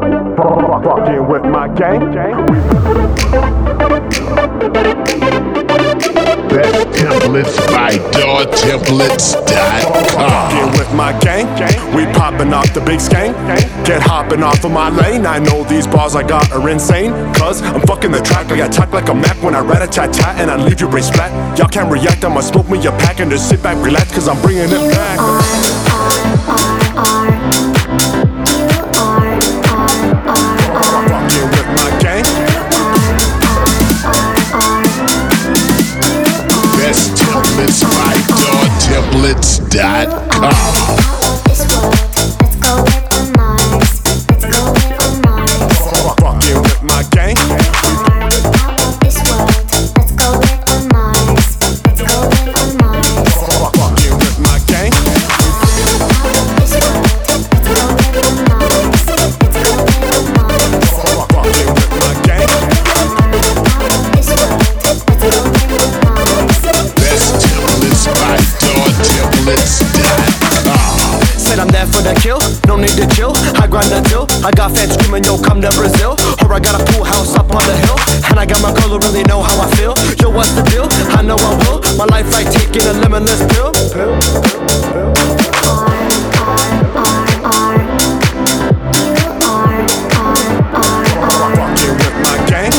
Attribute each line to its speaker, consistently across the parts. Speaker 1: Fucking with my gang.
Speaker 2: Bet templates by doortemplates.com.
Speaker 1: Fucking with my gang. We popping off the big skank. Get hopping off of my lane. I know these bars I got are insane. Cause I'm fucking the track. I attack like a Mac when I rat a tat tat and I leave you brace flat. Y'all can't react. I'ma smoke me a pack and just sit back, relax. Cause I'm bringing it back. Fucking with my gang.
Speaker 2: Best templates by doortemplates.com.
Speaker 1: Fucking with my gang. Fucking with my gang. Fucking with my gang.
Speaker 2: Best templates by doortemplates.com.
Speaker 3: Said I'm there for the kill, no need to chill. I grind the deal. I got fans screaming, yo, come to Brazil. Or I got a pool house up on the hill. And I got my girl who really know how I feel. Yo, what's the deal? I know I will. My life like taking a limitless pill.
Speaker 1: Fucking with my gang.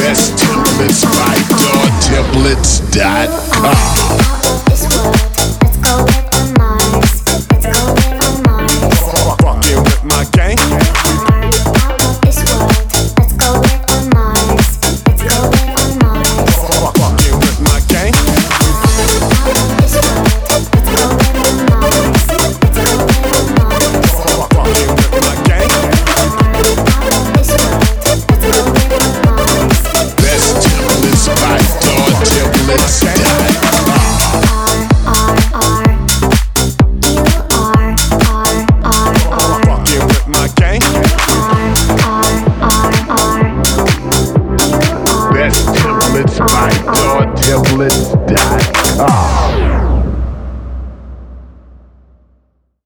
Speaker 2: Best templates by doortemplates.com.